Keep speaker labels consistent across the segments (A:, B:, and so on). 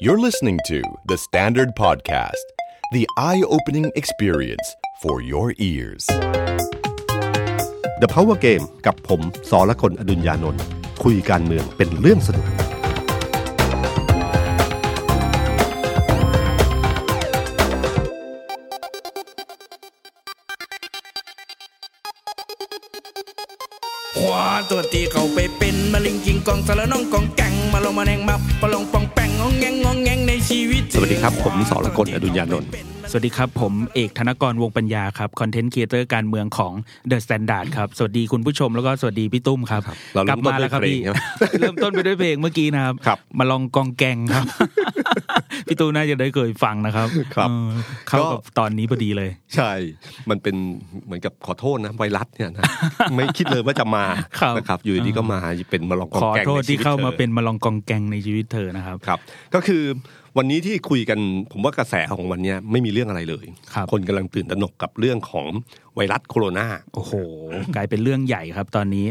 A: You're listening to The Standard Podcast, the eye opening experience for your ears.
B: The Power Game กับผมสอละคนอดุญญานนท์คุยการเมืองเป็นเรื่องสนุก
C: ขวาตัวตีเขาไปเป็นมะลิงกิงกองสารน้องกองแกงมาลงมาแนงมาปะลองปองแปงงองแงงงองแงงในชีวิต
B: สวัสดีครับผมสรกลอดุญญานนท์
D: สวัสดีครับ ผมเอกธนกรวงปัญญาครับ คอนเทนต์ครีเอเตอร์การเมืองของ The Standard ครับ สวัสดีคุณผู้ชมแล้วก็สวัสดีพี่ตุ้มครับ
B: เราเริ่
D: กลั
B: ม
D: บ
B: ต้นด้วย
D: มาแล้วครับ
B: เพลง
D: พี่
B: ใช่ไหม
D: เริ่มต้นไปด้วยเพลงเมื่อกี้นะครับ
B: ครับ
D: มาลองกองแกงครับ พี่ตุ้มน่าจะได้เคยฟังนะครับ
B: ครับ
D: เออเข้า
B: ก็
D: กับตอนนี้พอดีเลย
B: ใช่ มันเป็นเหมือนกับขอโทษนะ ไวรัสเนี่ยนะ ไม่คิดเลยว่าจะมา
D: ครับ
B: นะครับ อยู่ดีก็มาเป็นมาลองก
D: ข
B: อง
D: อ
B: แกง
D: โทษ
B: ในชี
D: ที่
B: วิต
D: เข้ามา
B: ธอ
D: เป็นมาลองกองแกงในชีวิตเธอนะครับ
B: ครับก็คือวันนี้ที่คุยกันผมว่ากระแสของวันเนี้ยไม่มีเรื่องอะไรเลย
D: ครับ
B: นกำลังตื่นตระหนกกับเรื่องของไวรัสโคโรนา
D: โอ้โห กลายเป็นเรื่องใหญ่ครับ ตอนนี้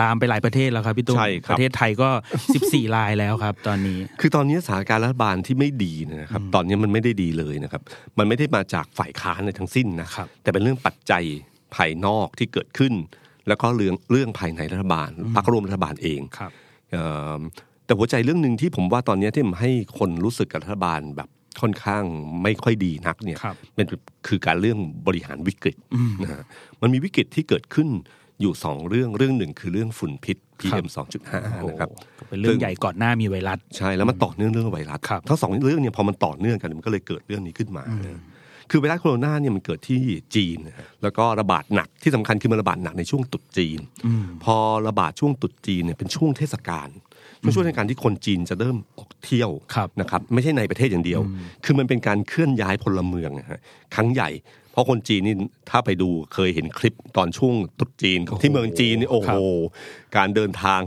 D: ลามไปหลายประเทศแล้วครับพี่ตุ้ม
B: ใช่ครับ
D: ประเทศไทยก็ 14รายแล้วครับ ตอนนี้
B: คือตอนนี้สถานการณ์รัฐบาลที่ไม่ดีเนี่ยนะครับ ตอนนี้มันไม่ได้ดีเลยนะครับ มันไม่ได้มาจากฝ่ายค้านเลยทั้งสิ้นนะครับ แต่เป็นเรื่องปัจจัยภายนอกที่เกิดขึ้น แล้วก็เรื่องเรื่องภายในรัฐบาลพรรคร่วมรัฐบาลเอง
D: ครับ
B: เอ่อแต่หัวใจเรื่องหนึ่งที่ผมว่าตอนเนี้ยที่มันให้คนรู้สึกกับรัฐบาลแบบค่อนข้างไม่ค่อยดีนักเนี่ย
D: ครับ
B: เป็นคือการเรื่องบริหารวิกฤตนะฮะมันมีวิกฤตที่เกิดขึ้นอยู่สองเรื่องเรื่องหนึ่งคือเรื่องฝุ่นพิษ PM 2.5นะครับ
D: โอ้โหเป็นเรื่องใหญ่ก่อนหน้ามีไวรัส
B: ใช่แล้วมันต่อเนื่องเรื่องไวรัส
D: ครับ
B: ทั้งสองเรื่องเนี่ยพอมันต่อเนื่องกันมันก็เลยเกิดเรื่องนี้ขึ้นมานะคือไวรัสโคโรนาเนี่ยมันเกิดที่จีนนะฮะแล้วก็ระบาดหนักที่สำคัญคือมันระบาดหนักในช่วงตรุษจีน พอระบาดช่วงตรุษจีนเนี่ยเป็นช่วงเทศกาลเป็นช่วงเทศกาลที่คนจีนจะเริ่มออกเที่ยว
D: ครับ
B: นะครับไม่ใช่ในประเทศอย่างเดียว คือมันเป็นการเคลื่อนย้ายพลเมืองนะฮะครั้งใหญ่ เพราะคนจีนนี่ถ้าไปดูเคยเห็นคลิปตอนช่วงตรุษจีนของที่เมืองจีนนี่โอ้
D: ค
B: โห
D: รับ
B: การเดินทาง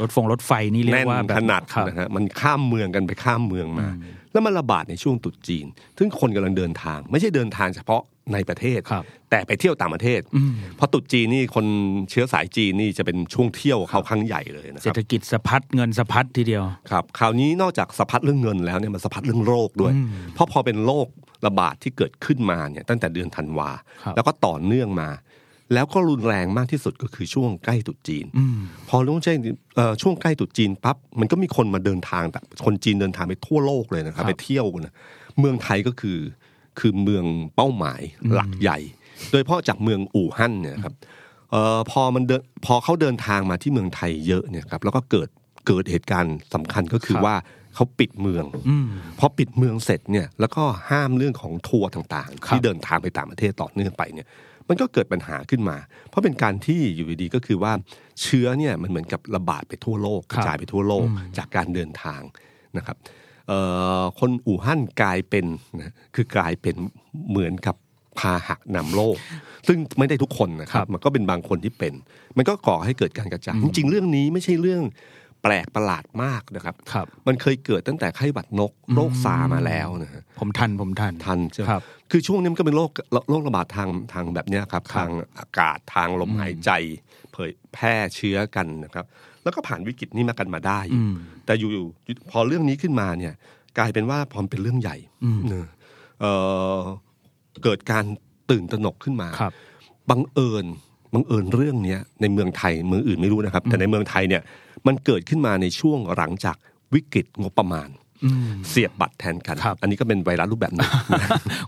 D: รถฟงรถไฟนี่เรีย
B: แน่
D: ก
B: น
D: ว่าแบบ
B: ขนาด
D: ครับ
B: นะฮะมันข้ามเมืองกันไปข้ามเมืองมา แล้วมันระบาดในช่วงตรุษจีน ซึ่งคนกำลังเดินทาง ไม่ใช่เดินทางเฉพาะในประเทศ
D: ครับ
B: แต่ไปเที่ยวต่างประเทศ เพราะตรุษจีนนี่คนเชื้อสายจีนนี่จะเป็นช่วงเที่ยวเขาครั้งใหญ่เลยนะค
D: เศร
B: รับ
D: ษฐกิจสะพัดเงินสะพัดทีเดียว
B: ครับคราวนี้นอกจากสะพัดเรื่องเงินแล้วเนี่ยมันสะพัดเรื่องโรคด้วย เพราะพอเป็นโรคระบาดที่เกิดขึ้นมาเนี่ยตั้งแต่เดือนธันวา
D: ครับ
B: แล้วก็ต่อเนื่องมา แล้วก็รุนแรงมากที่สุดก็คือช่วงใกล้ตรุษจีน
D: อืม
B: พอรู้ใช่เอ่อช่วงใกล้ตรุษจีนปั๊บมันก็มีคนมาเดินทางแต่คนจีนเดินทางไปทั่วโลกเลยนะครับ
D: ครับ
B: ไปเที่ยวนะเมืองไทยก็คือคือเมืองเป้าหมายหลักใหญ่ โดยเฉพาะจากเมืองอู่ฮั่นเนี่ยนะครับเอ่อพอมันเดินพอเขาเดินทางมาที่เมืองไทยเยอะเนี่ยครับแล้วก็เกิดเกิดเหตุการณ์สำคัญก็คือว่าเขาปิดเมือง
D: อืม
B: พอปิดเมืองเสร็จเนี่ยแล้วก็ห้ามเรื่องของทัวร์ต่างๆ
D: ครับ
B: ที่เดินทางไปต่างประเทศต่อเนื่องไปเนี่ยมันก็เกิดปัญหาขึ้นมา เพราะเป็นการที่อยู่ดีๆก็คือว่าเชื้อเนี่ยมันเหมือนกับระบาดไปทั่วโลกก
D: ครับ
B: ระจายไปทั่วโลกจากการเดินทางนะครับเอ่อคนอู่ฮั่นกลายเป็นนะคือกลายเป็นเหมือนกับพาหะนำโร คซึ่งไม่ได้ทุกคนนะครับ มันก็เป็นบางคนที่เป็น มันก็ก่อให้เกิดการกระจายจริงๆเรื่องนี้ไม่ใช่เรื่องแปลกประหลาดมากนะครับ
D: ครับ
B: มันเคยเกิดตั้งแต่ไข้หวัดนกโรคซามาแล้วนะฮะ
D: ผมทันผมทัน
B: ทันใช่ไหม
D: ครับ
B: คือช่วงนี้มันก็เป็นโรคโรคระบาดทางทางแบบเนี้ยครับ ทางอากาศทางลมหายใจ เผยแพร่เชื้อกันนะครับ แล้วก็ผ่านวิกฤตนี้มากันมาได้
D: อืม
B: แต่อยู่ๆพอเรื่องนี้ขึ้นมาเนี่ย กลายเป็นว่าพอมันเป็นเรื่องใหญ่
D: อืม
B: เนอะเอ่อเกิดการตื่นตระหนกขึ้นมา
D: ครับ
B: บังเอิญบังเอิญเรื่องเนี้ยในเมืองไทยเมืองอื่นไม่รู้นะครับ แต่ในเมืองไทยเนี่ยมันเกิดขึ้นมาในช่วงหลังจากวิกฤตงบประมาณ
D: อืม
B: เสียบบัตรแทนกัน
D: ครับ
B: อันนี้ก็เป็นไวรัสรูปแบบหนึง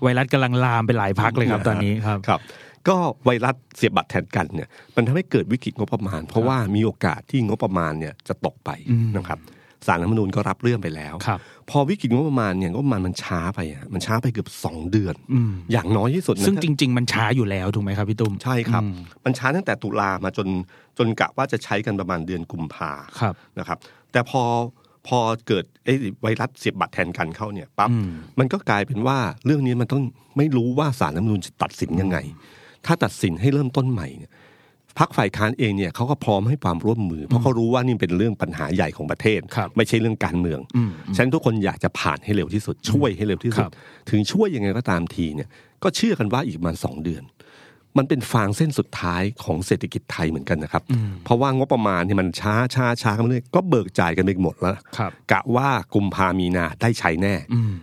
D: ไวรัสกำลังลามไปหลายพักเลยครับ ตอนนี้ครับ
B: ครับ ก็ไวรัสเสียบบัตรแทนกันเนี่ยมันทำให้เกิดวิกฤตงบประมาณ เพราะว่ามีโอกาสที่งบประมาณเนี่ยจะตกไปนะครับสารรัฐธรรมนูญก็รับเรื่องไปแล้ว
D: ครับ
B: พอวิกฤตงบประมาณเนี่ยงบประมาณมันช้าไปอะมันช้าไปเกือบสองเดือน
D: อืม
B: อย่างน้อยที่สุดนะ
D: ซึ่งจริง ๆ มันช้าอยู่แล้วถูกไหมครับพี่ตุ้ม
B: ใช่ครับ
D: อืม
B: มันช้าตั้งแต่ตุลามาจนจนกะว่าจะใช้กันประมาณเดือนกุมภา
D: ครับ
B: นะครับ แต่พอพอเกิดไอ้ไวรัสเสียบบัตรแทนกันเข้าเนี่ยปั๊บ
D: อืม
B: มันก็กลายเป็นว่าเรื่องนี้มันต้องไม่รู้ว่าสารรัฐธรรมนูญจะตัดสินยังไง ถ้าตัดสินให้เริ่มต้นใหม่เนี่ยพักฝ่ายค้านเองเนี่ยเขาก็พร้อมให้ความร่วมมือ เพราะเขารู้ว่านี่เป็นเรื่องปัญหาใหญ่ของประเทศ
D: ครับ
B: ไม่ใช่เรื่องการเมือง
D: อืม
B: ฉะนันทุกคนอยากจะผ่านให้เร็วที่สุด ช่วยให้เร็วที่สุด
D: ครับ
B: ถึงช่วยยังไงก็ตามทีเนี่ย ก็เชื่อกันว่าอีกประมาณสองเดือน มันเป็นฟางเส้นสุดท้ายของเศรษฐกิจไทยเหมือนกันนะครับ เพราะว่างบประมาณเนี่ยมันช้าช้าช้ากันเรื่อยก็เบิกจ่ายกันไปหมดแล้ว
D: ครับ
B: กะว่ากุมภามีนาได้ใช้แน่
D: อืม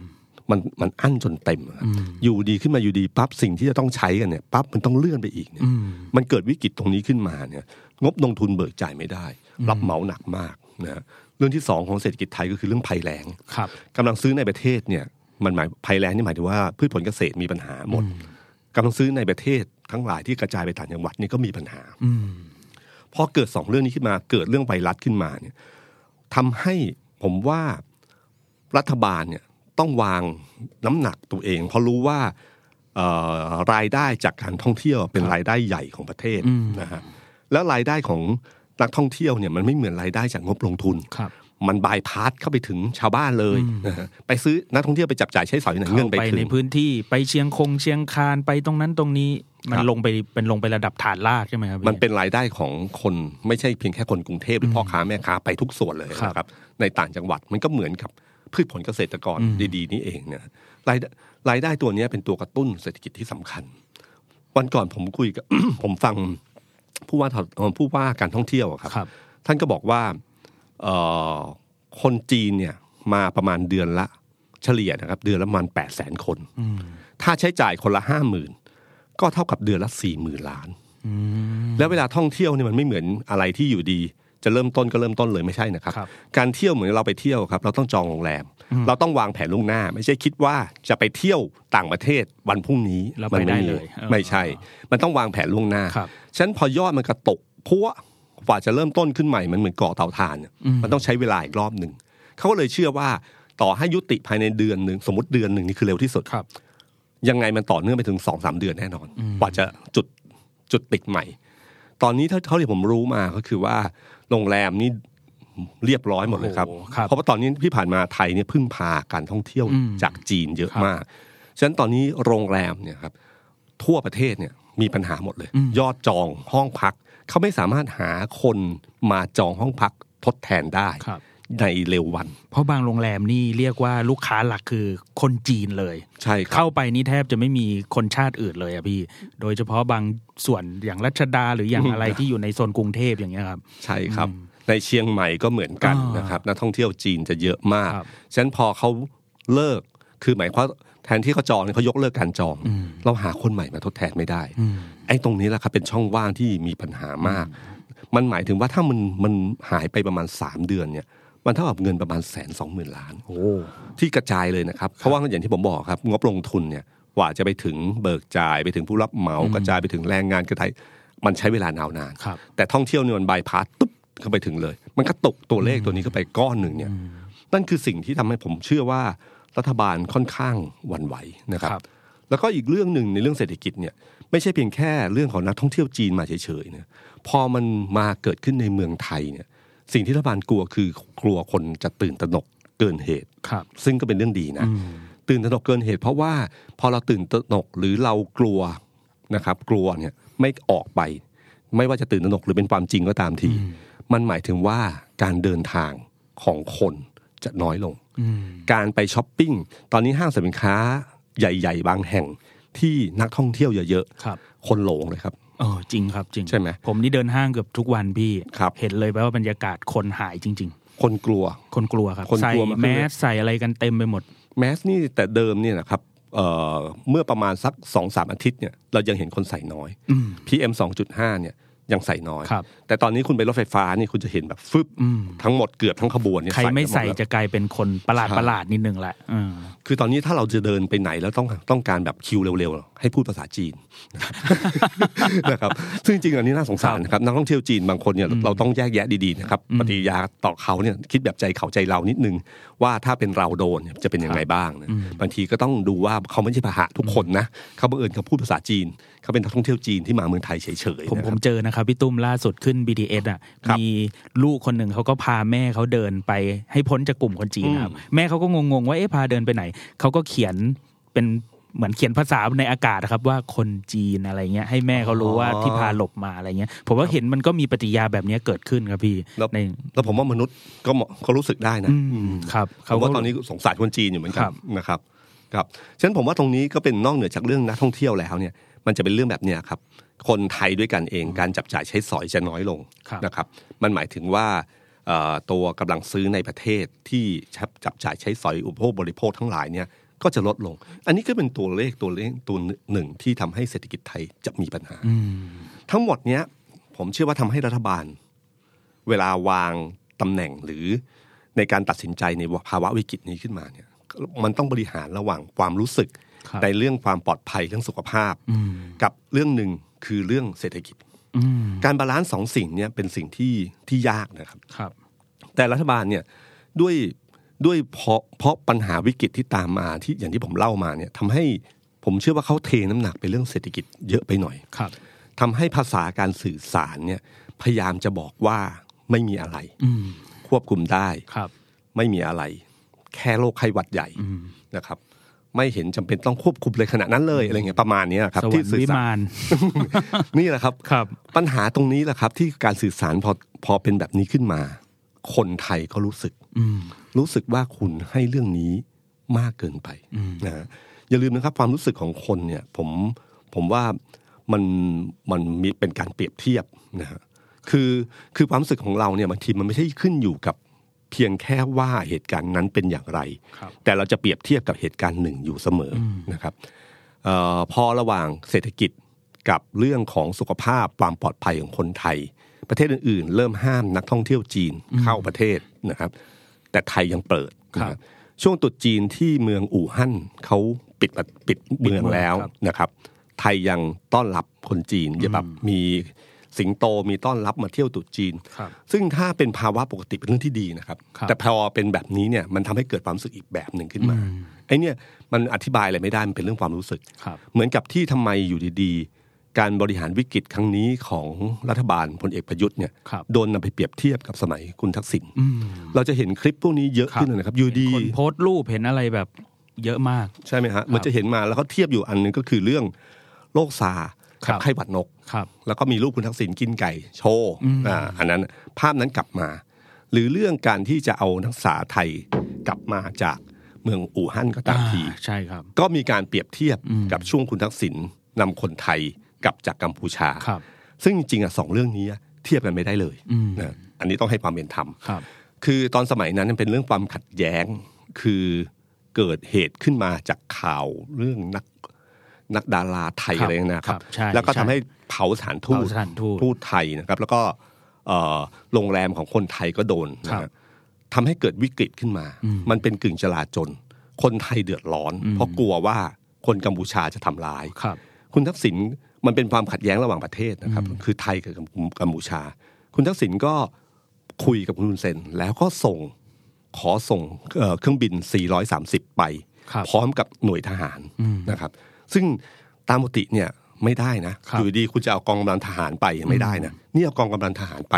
B: มันมันอั้นจนเต็มอะ
D: อืม
B: อยู่ดีขึ้นมาอยู่ดีปั๊บสิ่งที่จะต้องใช้กันเนี่ยปั๊บมันต้องเลื่อนไปอีกเนี่ย
D: อืม
B: มันเกิดวิกฤตตรงนี้ขึ้นมาเนี่ยงบลงทุนเบิกจ่ายไม่ได้ รับเหมาหนักมากนะฮะเรื่องที่สองของเศรษฐกิจไทยก็คือเรื่องภัยแล้ง
D: ครับ
B: กำลังซื้อในประเทศเนี่ยมันหมายภัยแล้งนี่หมายถึงว่าพืชผลเกษตรมีปัญหาหมดกำลังซื้อในประเทศทั้งหลายที่กระจายไปต่างจังหวัดนี่ก็มีปัญหา
D: อืม
B: พอเกิดสองเรื่องนี้ขึ้นมา เกิดเรื่องไวรัสขึ้นมาเนี่ยทำให้ผมว่ารัฐบาลเนี่ยต้องวางน้ำหนักตัวเอง เพราะรู้ว่าเอ่อรายได้จากการท่องเที่ยวเป็นรายได้ใหญ่ของประเทศ
D: อืม
B: นะฮะ แล้วรายได้ของนักท่องเที่ยวเนี่ยมันไม่เหมือนรายได้จากงบลงทุน
D: ครับ
B: มันบายพาสเข้าไปถึงชาวบ้านเลยนะฮะไปซื้อนักท่องเที่ยวไปจับจ่ายใช้สอยไหนเงิ
D: เข้านไป
B: ไปถึง
D: ในพื้นที่ไปเชียงคงเชียงคานไปตรงนั้นตรงนี้ มัน
B: ครับ
D: ลงไปเป็นลงไประดับฐานลากใช่ไหมครับพี่
B: มันเป็นรายได้ของคนไม่ใช่เพียงแค่คนกรุงเทพหรือพ่อค้าแม่ค้าไปทุกส่วนเลย
D: ครับ
B: นะครับ ในต่างจังหวัดมันก็เหมือนกับพืชผลเกษตรกร
D: อืม
B: ดีๆ นี่เองเนี่ยรายได้รายได้ตัวเนี้ยเป็นตัวกระตุ้นเศรษฐกิจที่สำคัญ วันก่อนผมคุยกับ ผมฟังผู้ว่าทเอ่อผู้ว่าการท่องเที่ยวอะครับ
D: ครับ
B: ท่านก็บอกว่าเอ่อคนจีนเนี่ยมาประมาณเดือนละเฉลี่ยนะครับ เดือนละประมาณแปดแสนคน
D: อืม
B: ถ้าใช้จ่ายคนละห้าหมื่นก็เท่ากับเดือนละสี่หมื่นล้าน
D: อืม
B: แล้วเวลาท่องเที่ยวเนี่ยมันไม่เหมือนอะไรที่อยู่ดี จะเริ่มต้นก็เริ่มต้นเลยไม่ใช่นะครับ
D: ครับ
B: การเที่ยวเหมือนเราไปเที่ยวครับ เราต้องจองโรงแรม เราต้องวางแผนล่วงหน้า ไม่ใช่คิดว่าจะไปเที่ยวต่างประเทศวันพรุ่งนี้
D: แล้วไป
B: มัน
D: ได้
B: ม่มี
D: เลยเออ
B: ไม่ใช่ มันต้องวางแผนล่วงหน้า
D: ครับ
B: ฉะนันพอยอดมันกระตกเพราะว่ากว่าจะเริ่มต้นขึ้นใหม่มันเหมือนก่อเตาถ่านเนี่ย
D: อืม
B: มันต้องใช้เวลาอีกรอบหนึ่งเขาก็เลยเชื่อว่าต่อให้ยุติภายในเดือนหนึ่งสมมติเดือนหนึ่งนี่คือเร็วที่สุด
D: ครับ
B: ยังไงมันต่อเนื่องไปถึงสองสามเดือนแน่นอน กว่าจะจุดจุดติดใหม่ ตอนนี้เท่าเท่าที่ผมรู้มาก็คือว่าโรงแรมนี่เรียบร้อยหมดเลยครับ
D: โอ้โหครับ
B: เพราะว่าตอนนี้ที่ผ่านมาไทยเนี่ยพึ่งพาการท่องเที่ยว
D: อืม
B: จากจีนเยอะ
D: ครับ
B: มาก ฉะนั้นตอนนี้โรงแรมเนี่ยครับทั่วประเทศเนี่ยมีปัญหาหมดเลย
D: อืม
B: ยอดจองห้องพัก เขาไม่สามารถหาคนมาจองห้องพักทดแทนได้
D: ครับ
B: ในเร็ววัน
D: เพราะบางโรงแรมนี่เรียกว่าลูกค้าหลักคือคนจีนเลย
B: ใช่ครับ
D: เข้าไปนี่แทบจะไม่มีคนชาติอื่นเลยอะพี่ โดยเฉพาะบางส่วนอย่างรัชดาหรืออย่างอะไรที่อยู่ในโซนกรุงเทพอย่างเงี้ยครับ
B: ใช่ครับ ในเชียงใหม่ก็เหมือนกัน
D: อ่าน
B: นะครับนักท่องเที่ยวจีนจะเยอะมาก
D: ครับ
B: ฉะนั้นพอเขาเลิกคือหมายความแทนที่เขาจองเนี่ยเขายกเลิกการจอง เราหาคนใหม่มาทดแทนไม่ได้
D: อืม
B: ไอ้ตรงนี้แหละครับเป็นช่องว่างที่มีปัญหามาก มันหมายถึงว่าถ้ามันมันหายไปประมาณ 3 เดือนเนี่ยมันเท่ากับเงินประมาณแสนสองหมื่นล้าน
D: โอ้
B: ที่กระจายเลยนะครับ เพราะว่าอย่างที่ผมบอกครับ งบลงทุนเนี่ยกว่าจะไปถึงเบิกจ่ายไปถึงผู้รับเหมากระจายไปถึงแรงงานกระจายมันใช้เวลานานาน
D: ครับ
B: แต่ท่องเที่ยวเนี่ยมันบายพาสตุ๊บเข้าไปถึงเลย มันก็ตกตัวเลขตัวนี้เข้าไปก้อนหนึ่งเนี่ยนั่นคือสิ่งที่ทำให้ผมเชื่อว่ารัฐบาลค่อนข้างหวั่นไหวนะครั
D: ครับ บ
B: แล้วก็อีกเรื่องหนึ่งในเรื่องเศรษฐกิจเนี่ยไม่ใช่เพียงแค่เรื่องของนักท่องเที่ยวจีนมาเฉยๆนะพอมันมาเกิดขึ้นในเมืองไทยเนี่ยสิ่งที่รัฐบาลกลัวคือกลัวคนจะตื่นตระหนกเกินเหตุ
D: ครับ
B: ซึ่งก็เป็นเรื่องดีนะ
D: อืม
B: ตื่นตระหนกเกินเหตุเพราะว่าพอเราตื่นตระหนกหรือเรากลัวนะครับ กลัวเนี่ยไม่ออกไป ไม่ว่าจะตื่นตระหนกหรือเป็นความจริงก็ตามที มันหมายถึงว่าการเดินทางของคนจะน้อยลง
D: อืม
B: การไปช้อปปิ้ง ตอนนี้ห้างสรรพสินค้าใหญ่ ๆ บางแห่งที่นักท่องเที่ยวเยอะ
D: ครับ
B: ๆคนหลงเลยครับ
D: เออจริงครับจริง
B: ใช่ไหม
D: ผมนี่เดินห้างเกือบทุกวันพี่
B: ครับ
D: เห็นเลยว่าบรรยากาศคนหายจริง
B: คนกลัว
D: ๆ คนกลัวครับ
B: คน
D: ใส่
B: กลัวมากเลย
D: แมสใส่อะไรกันเต็มไปหมด
B: แมสนี่แต่เดิมเนี่ยนะครับเอ่อเมื่อประมาณสักสองสามอาทิตย์เนี่ยเรายังเห็นคนใส่น้อย
D: อืม
B: PM 2.5เนี่ยยังใส่น้อย
D: ครับ
B: แต่ตอนนี้คุณไปรถไฟฟ้านี่คุณจะเห็นแบบฟึบ
D: อืม
B: ทั้งหมดเกือบทั้งขบวนเนี่ย
D: ใครไม่ใส่
B: กันหดแล้ว
D: จะกลายเป็นคนประหลาด
B: ใช่
D: ประหลาดนิดนึงแหละอืม
B: คือตอนนี้ถ้าเราจะเดินไปไหนแล้วต้องต้องการแบบคิวเร็วๆ ให้พูดภาษาจีน นะครับซึ่งจริงๆอันนี้น่าสงสารนะครับนักท่องเที่ยวจีนบางคนเนี่ยเราต้องแยกแยะดีๆนะครับปฏิกิริยาต่อเขาเนี่ยคิดแบบใจเขาใจเรานิดนึง ว่าถ้าเป็นเราโดนเนี่ยจะเป็นยังไงบ้างนะบางทีก็ต้องดูว่าเขาไม่ใช่พาหะทุกคนนะเขาบังเอิญเขาพูดภาษาจีน เขาเป็นนักท่องเที่ยวจีนที่มาเมืองไทยเฉยๆ
D: ผม
B: นะค
D: ผ
B: รับ
D: มเจอนะครับพี่ตุ้มล่าสุดขึ้น BTS อ่ะ
B: ครับ
D: มีลูกคนหนึ่งเขาก็พาแม่เขาเดินไปให้พ้นจากกลุ่มคนจีนนะครับแม่เขาก็งงๆว่าเอ๊ะพาเดินไปไหนเขาก็เขียนเป็นเหมือนเขียนภาษาในอากาศนะครับว่าคนจีนอะไรเงี้ยให้แม่เขารู้ว่า
B: อ๋อ
D: ที่พาหลบมาอะไรเงี้ย ผมว่าเห็นมันก็มีปฏิกิริยาแบบเนี้ยเกิดขึ้นครับพี่
B: แล้ว
D: ใน
B: แล้วผมว่ามนุษย์ก็เหมาะเขารู้สึกได้นะ
D: อืมครับ
B: เขา
D: เขา
B: ก็
D: ก็
B: ตอนนี้สงสารคนจีนอยู่เหมือนกั
D: ครั
B: น
D: บ
B: นะครับครับฉะนั้นผมว่าตรงนี้ก็เป็นนอกเหนือจากเรื่องนักท่องเที่ยวแล้วเนี่ย มันจะเป็นเรื่องแบบเนี้ยครับ คนไทยด้วยกันเองการจับจ่ายใช้สอยจะน้อยลง
D: ครับ
B: นะครับ มันหมายถึงว่าเอ่อตัวกำลังซื้อในประเทศที่จับจ่ายใช้สอยอุปโภคบริโภคทั้งหลายเนี่ยก็จะลดลง อันนี้ก็เป็นตัวเลขตัวเลขตัวหนึ่งที่ทำให้เศรษฐกิจไทยจะมีปัญหา ทั้งหมดเนี้ยผมเชื่อว่าทำให้รัฐบาล เวลาวางตำแหน่งหรือในการตัดสินใจในภาวะวิกฤตนี้ขึ้นมาเนี่ยมันต้องบริหารระหว่างความรู้สึก
D: ครับ
B: ในเรื่องความปลอดภัยเรื่องสุขภาพ กับเรื่องหนึ่งคือเรื่องเศรษฐกิจ
D: อืม
B: การบาลานซ์สองสิ่งเนี่ยเป็นสิ่งที่ที่ยากนะครับ
D: ครับ
B: แต่รัฐบาลเนี่ยด้วยด้วยเพราะเพราะปัญหาวิกฤตที่ตามมาที่อย่างที่ผมเล่ามาเนี่ยทำให้ผมเชื่อว่าเขาเทน้ำหนักไปเรื่องเศรษฐกิจเยอะไปหน่อย
D: ครับ
B: ทำให้ภาษาการสื่อสารเนี่ยพยายามจะบอกว่าไม่มีอะไร
D: อืม
B: ควบคุมได้
D: ครับ
B: ไม่มีอะไร แค่โรคไข้หวัดใหญ่นะครับ ไม่เห็นจำเป็นต้องควบคุมเลยขนาดนั้นเลยอะไรเงี้ยประมาณเนี้ยครับ
D: สวร
B: ที่
D: รค์
B: สื่อ
D: วิ
B: สาร
D: มาน
B: นี่แหละครับ
D: ครับ
B: ปัญหาตรงนี้แหละครับที่การสื่อสารพอพอเป็นแบบนี้ขึ้นมา คนไทยก็รู้สึก
D: อืม
B: รู้สึกว่าคุณให้เรื่องนี้มากเกินไปนะฮะอย่าลืมนะครับความรู้สึกของคนเนี่ยผมผมว่ามันมันมีเป็นการเปรียบเทียบนะฮะคือคือความรู้สึกของเราเนี่ยบางทีมันไม่ใช่ขึ้นอยู่กับเพียงแค่ว่าเหตุการณ์นั้นเป็นอย่างไร
D: ครับ
B: แต่เราจะเปรียบเทียบกับเหตุการณ์หนึ่งอยู่เสมออนะครับเออพอระหว่างเศรษฐกิจกับเรื่องของสุขภาพความปลอดภัยของคนไทย ประเทศอื่นๆ เริ่มห้ามนักท่องเที่ยวจีนเข้าประเทศนะครับ แต่ไทยยังเปิด
D: ครับ
B: นะช่วงตรุษจีนที่เมืองอู่ฮั่นเขาปิดประปิดเมืองแล้ว
D: ครับ
B: นะครับ ไทยยังต้อนรับคนจีนแบบมีสิงโตมีต้อนรับมาเที่ยวตรุษจีน
D: ครับ
B: ซึ่งถ้าเป็นภาวะปกติเป็นเรื่องที่ดีนะครับ
D: ครับ
B: แต่พอเป็นแบบนี้เนี่ยมันทำให้เกิดความรู้สึกอีกแบบหนึ่งขึ้นมาไอ้เนี่ยมันอธิบายอะไรไม่ได้มันเป็นเรื่องความรู้สึก
D: ครับ
B: เหมือนกับที่ทำไมอยู่ดีๆ การบริหารวิกฤตครั้งนี้ของรัฐบาลพลเอกประยุทธ์เนี่ย
D: ครับ
B: โดนนำไปเปรียบเทียบกับสมัยคุณทักษิณ
D: อืม
B: เราจะเห็นคลิปพวกนี้เยอะ
D: ครับ
B: ขึ้นนะครับ อยู่ดี
D: คนโพสต์รูปเห็นอะไรแบบเยอะมาก
B: ใช่ไหมฮะมันจะเห็นมาแล้วก็เทียบอยู่อันหนึงก็คือเรื่องโรคซา
D: ครั
B: กับ ไข้หวัดนก
D: ครับ
B: แล้วก็มีรูปคุณทักษิณกินไก่โชว์อ่าอันนั้นภาพนั้นกลับมา หรือเรื่องการที่จะเอานักศึกษาไทยกลับมาจากเมืองอู่ฮั่นก็ตามที
D: อ่ใช่ครับ
B: ก็มีการเปรียบเทียบกับช่วงคุณทักษิณนำคนไทยกลับจากกัมพูชา
D: ครับ
B: ซึ่งจริงๆอ่ะสองเรื่องนี้เทียบกันไม่ได้เลย
D: อืม
B: นะอันนี้ต้องให้ความเป็นธรรม
D: ครับ
B: คือตอนสมัยนั้นมันเป็นเรื่องความขัดแย้งคือเกิดเหตุขึ้นมาจากข่าวเรื่องนักนักดาราไทย
D: ครับ
B: อะไรนะค
D: ครั
B: รั
D: บบ ใช่
B: แล้วก็ทำ
D: ใช่
B: ให้เผาสถานทูต
D: เผาสถานทูต
B: ทูตไทยนะครับ แล้วก็เอ่อโรงแรมของคนไทยก็โดนนะครับ ทำให้เกิดวิกฤตขึ้นมา มันเป็นกึ่งจลาจลคนไทยเดือดร้อน เพราะกลัวว่าคนกัมพูชาจะทำร้าย
D: ครับ
B: คุณทักษิณมันเป็นความขัดแย้งระหว่างประเทศนะครับ คือไทยกับกัมพูชา คุณทักษิณก็คุยกับคุณฮุนเซนแล้วก็ส่งขอส่งเอ่อเครื่องบิน 430 ไป
D: ครับ
B: พร้อมกับหน่วยทหารนะครับ ซึ่งตามปกติเนี่ยไม่ได้นะครับ อยู่ดีๆคุณจะเอากองกำลังทหารไปไม่ได้นะนี่เอากองกำลังทหารไป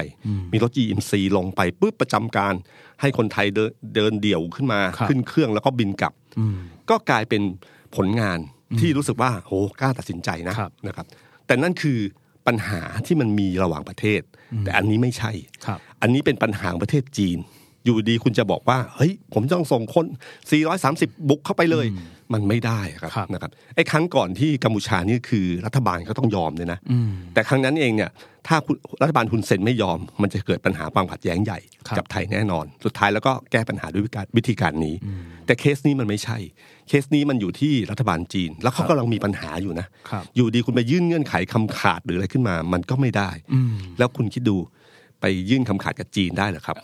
B: มีรถ GMC ลงไปปุ๊บประจำการ ให้คนไทยเดินเดินเดี่ยวขึ้นมา
D: ครับ
B: ขึ้นเครื่องแล้วก็บินกลับ
D: อืม
B: ก็กลายเป็นผลงานที่รู้สึกว่าโหกล้าตัดสินใจนะครับ นะครับ แต่นั่นคือปัญหาที่มันมีระหว่างประเทศ แต่อันนี้ไม่ใช่
D: ครับ
B: อันนี้เป็นปัญหาของประเทศจีน อยู่ดีคุณจะบอกว่าเฮ้ยผมต้องส่งคน 430 บุกเข้าไปเลย มันไม่ได้ครับ
D: ครับ
B: นะครับไอ้ครั้งก่อนที่กัมพูชานี่คือรัฐบาลก็ต้องยอมเลยนะ
D: อืม
B: แต่ครั้งนั้นเองเนี่ยถ้าคุณรัฐบาลฮุนเซนไม่ยอม มันจะเกิดปัญหาความขัดแย้งใหญ่
D: ครับ
B: กับไทยแน่นอน สุดท้ายแล้วก็แก้ปัญหาด้วยวิการวิธีการนี้ แต่เคสนี้มันไม่ใช่ เคสนี้มันอยู่ที่รัฐบาลจีน แล้วเขากำลังมีปัญหาอยู่นะ
D: ครับ
B: อยู่ดีคุณไปยื่นเงื่อนไขคำขาดหรืออะไรขึ้นมา มันก็ไม่ได้
D: อืม
B: แล้วคุณคิดดูไปยื่นคำขาดกับจีนได้เหร อครับ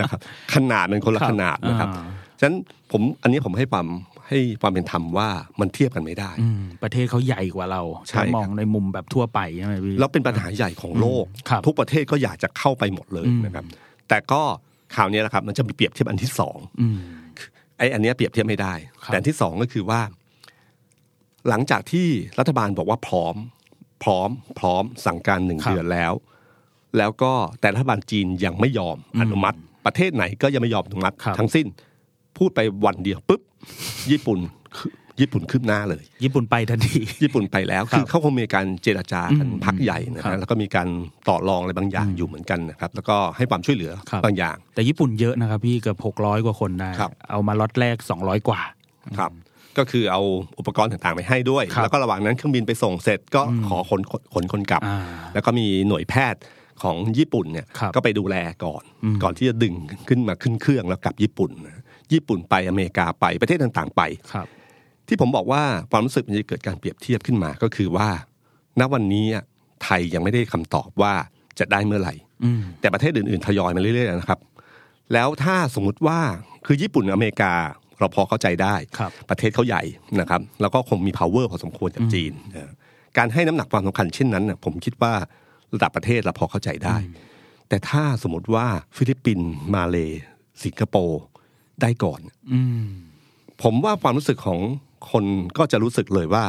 B: นะครับ ขนาดมันคนละ
D: ครับ
B: ขนาดนะครับ
D: อ่า
B: ฉะนั้นผมอันนี้ผมให้ความให้ความเป็นธรรมว่ามันเทียบกันไม่ได้
D: อืม ประเทศเขาใหญ่กว่าเรา
B: ใช่
D: ถ้า
B: ครับ
D: มองในมุมแบบทั่วไปใช่ไหมพี่
B: แล้วเป็นปัญหาใหญ่ของโลก
D: ครับ
B: ทุกประเทศก็อยากจะเข้าไปหมดเลยนะครับ แต่ก็ข่าวนี้แหละครับ มันจะมีเปรียบเทียบอันที่สอง
D: อืม
B: ไอ้อันเนี้ยเปรียบเทียบไม่ได้
D: ครับ
B: แต่อันที่สองก็คือว่า หลังจากที่รัฐบาลบอกว่าพร้อม พร้อม พร้อม สั่งการหนึ่งเดือนแล้ว แล้วก็แต่รัฐบาลจีนยังไม่ยอมอนุมัติ ประเทศไหนก็ยังไม่ยอมอนุมัติ
D: ครับ
B: ทั้งสิ้น พูดไปวันเดียวปุ๊บญี่ปุ่นคือญี่ปุ่นคืบหน้าเลย
D: ญี่ปุ่นไปทันที
B: ญี่ปุ่นไปแล้ว
D: ครับ
B: คือเขาคงมีการเจรจากันพักใหญ่นะ
D: ครั
B: ฮะ
D: บ
B: แล้วก็มีการต่อรองอะไรบางอย่างอยู่เหมือนกันนะครับ แล้วก็ให้ความช่วยเหลือ
D: ครับ
B: บางอย่าง
D: แต่ญี่ปุ่นเยอะนะครับพี่เกือบหกร้อยกว่าคนได้
B: ครับ
D: เอามาล็อตแรกสองร้อยกว่า
B: ครับ ก็คือเอาอุปกรณ์ต่างๆไปให้ด้วย
D: ครับ
B: แล้วก็ระหว่างนั้นเครื่องบินไปส่งเสร็จก็ขอขนขนคนกลับ
D: อ่า
B: แล้วก็มีหน่วยแพทย์ของญี่ปุ่นเนี่ย
D: ครับ
B: ก็ไปดูแลก่อน ก่อนที่จะดึงขึ้นมาขึ้นเครื่องแล้วกลับญี่ปุ่นนะญี่ปุ่นไปอเมริกาไปประเทศต่างๆไป
D: ครับ
B: ที่ผมบอกว่าความรู้สึกมันจะเกิดการเปรียบเทียบขึ้นมาก็คือว่า ณวันนี้อะไทยยังไม่ได้คำตอบว่าจะได้เมื่อไหร่
D: อืม
B: แต่ประเทศอื่นๆทยอยมาเรื่อยๆนะครับ แล้วถ้าสมมุติว่าคือญี่ปุ่นอเมริกาเราพอเข้าใจได้
D: ครับ
B: ประเทศเขาใหญ่นะครับ แล้วก็คงมี power พอสมควรจากจีนเออการให้น้ำหนักความสำคัญเช่นนั้นน่ะผมคิดว่าระดับประเทศเราพอเข้าใจได้ แต่ถ้าสมมติว่าฟิลิปปินส์มาเลย์สิงคโปร์ได้ก่อน
D: อืม
B: ผมว่าความรู้สึกของคนก็จะรู้สึกเลยว่า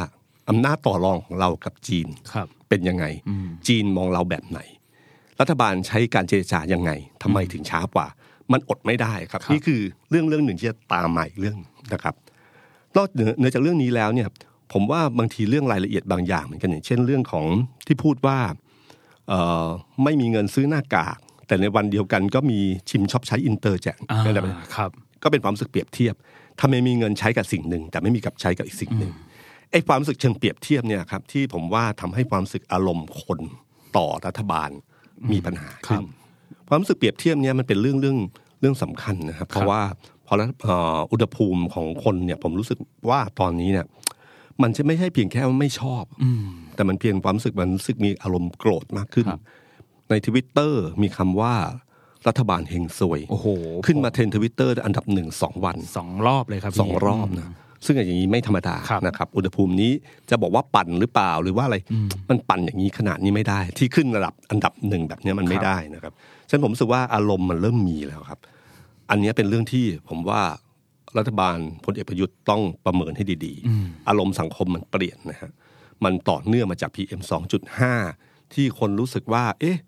B: อำนาจต่อรองของเรากับจีน
D: ครับ
B: เป็นยังไง จีนมองเราแบบไหน รัฐบาลใช้การเจรจายังไงทำไมถึงช้ากว่า มันอดไม่ได้ครับ
D: ครับ
B: นี่คือเรื่องเรื่องหนึ่งที่จะตามมาอีกเรื่องนะครับนอกเหนือเหนือจากเรื่องนี้แล้วเนี่ย ผมว่าบางทีเรื่องรายละเอียดบางอย่างเหมือนกันอย่างเช่นเรื่องของที่พูดว่าเอ่อไม่มีเงินซื้อหน้ากาก แต่ในวันเดียวกันก็มีชิมช็อปใช้อินเตอร์แจก
D: อ่า
B: อะไรแบบนี้
D: ครับ
B: ก็เป็นความรู้สึกเปรียบเทียบทำไมมีเงินใช้กับสิ่งหนึ่ง แต่ไม่มีกับใช้กับอีกสิ่งหนึ่งไอ้ความรู้สึกเชิงเปรียบเทียบเนี่ยครับที่ผมว่าทำให้ความรู้สึกอารมณ์คนต่อรัฐบาลมีปัญหา
D: ครั
B: ขึ้
D: บ
B: นความรู้สึกเปรียบเทียบเนี่ยมันเป็นเรื่องเรื่องเรื่องสำคัญนะครับ เพ
D: ครั
B: ราะ
D: บ
B: ว่าพอรัฐเอ่ออุณหภูมิของคนเนี่ยผมรู้สึกว่าตอนนี้เนี่ยมันจะไม่ใช่เพียงแค่ว่าไม่ชอบ แต่มันเพียงความรู้สึกมันรู้สึกมีอารมณ์โกรธมากขึ้น
D: ครับ
B: ในทวิตเตอร์มีคำว่ารัฐบาลเฮงซวย
D: โอ้โห
B: ขึ้นมาเทรนทวิตเตอร์ Twitter อันดับหนึ่งสองวัน
D: สองรอบเลยครับพี่
B: สองรอบนะซึ่งอย่างนี้ไม่ธรรมดา
D: ครับ
B: นะครับ อุณหภูมินี้จะบอกว่าปั่นหรือเปล่าหรือว่าอะไรมันปั่นอย่างนี้ขนาดนี้ไม่ได้ ที่ขึ้นระดับอันดับหนึ่งแบบเนี้ยมันไม่
D: ครับ
B: ได้นะครับฉะนันผมรู้สึกว่าอารมณ์มันเริ่มมีแล้วครับ อันเนี้ยเป็นเรื่องที่ผมว่ารัฐบาลพลเอกประยุทธ์ต้องประเมินให้ดีๆ อารมณ์สังคมมันเปลี่ยนนะฮะมันต่อเนื่องมาจาก PM 2.5 ที่คนรู้สึกว่า เอ๊ะ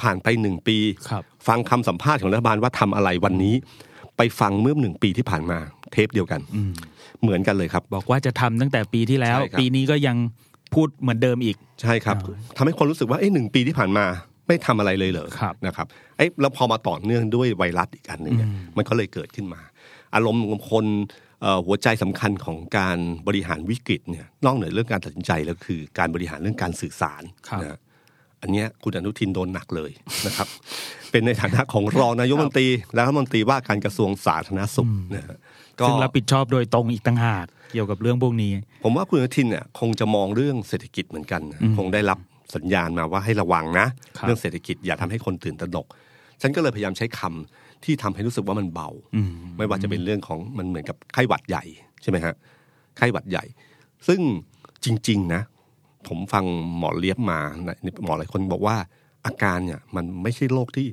B: ผ่านไปหนึ่งปี
D: ครับ
B: ฟังคำสัมภาษณ์ของรัฐบาลว่าทำอะไรวันนี้ ไปฟังเมื่อหนึ่งปีที่ผ่านมาเทปเดียวกัน เหมือนกันเลยครับ
D: บอกว่าจะทำตั้งแต่ปีที่แล้ว
B: ใช่ครับ
D: ปีนี้ก็ยังพูดเหมือนเดิมอีก
B: ใช่ครับทำให้คนรู้สึกว่าเอ๊ะหนึ่งปีที่ผ่านมาไม่ทำอะไรเลยเหรอ
D: ครับ
B: นะครับเอ๊ะแล้วพอมาต่อเนื่องด้วยไวรัสอีกอันหนึ่งเนี่ยมันก็เลยเกิดขึ้นมา อารมณ์ของคนเอ่อหัวใจสำคัญของการบริหารวิกฤตเนี่ยนอกเหนือเรื่องการตัดสินใจแล้วคือการบริหารเรื่องการสื่อสาร
D: ครับ
B: นะอันเนี้ยคุณอนุทินโดนหนักเลยนะครับ เป็นในฐานะของรองนายกรัฐมนตรีและรัฐมนตรีว่าการกระทรวงสาธารณสุขนะฮะก็
D: ซึ่งรับผิดชอบโดยตรงอีกต่างหากเกี่ยวกับเรื่องพวกนี้
B: ผมว่าคุณอนุทินเนี่ยคงจะมองเรื่องเศรษฐกิจเหมือนกันนะคงได้รับสัญญาณมาว่าให้ระวังนะ
D: ครับ
B: เรื่องเศรษฐกิจอย่าทำให้คนตื่นตระหนก ฉันก็เลยพยายามใช้คำที่ทำให้รู้สึกว่ามันเบา ไม่ว่าจะเป็นเรื่องของมันเหมือนกับไข้หวัดใหญ่ใช่ไหมฮะไข้หวัดใหญ่ ซึ่งจริง ๆ นะ ผมฟังหมอเลียบมาหมอหลายคนบอกว่าอาการเนี่ยมันไม่ใช่โรคที่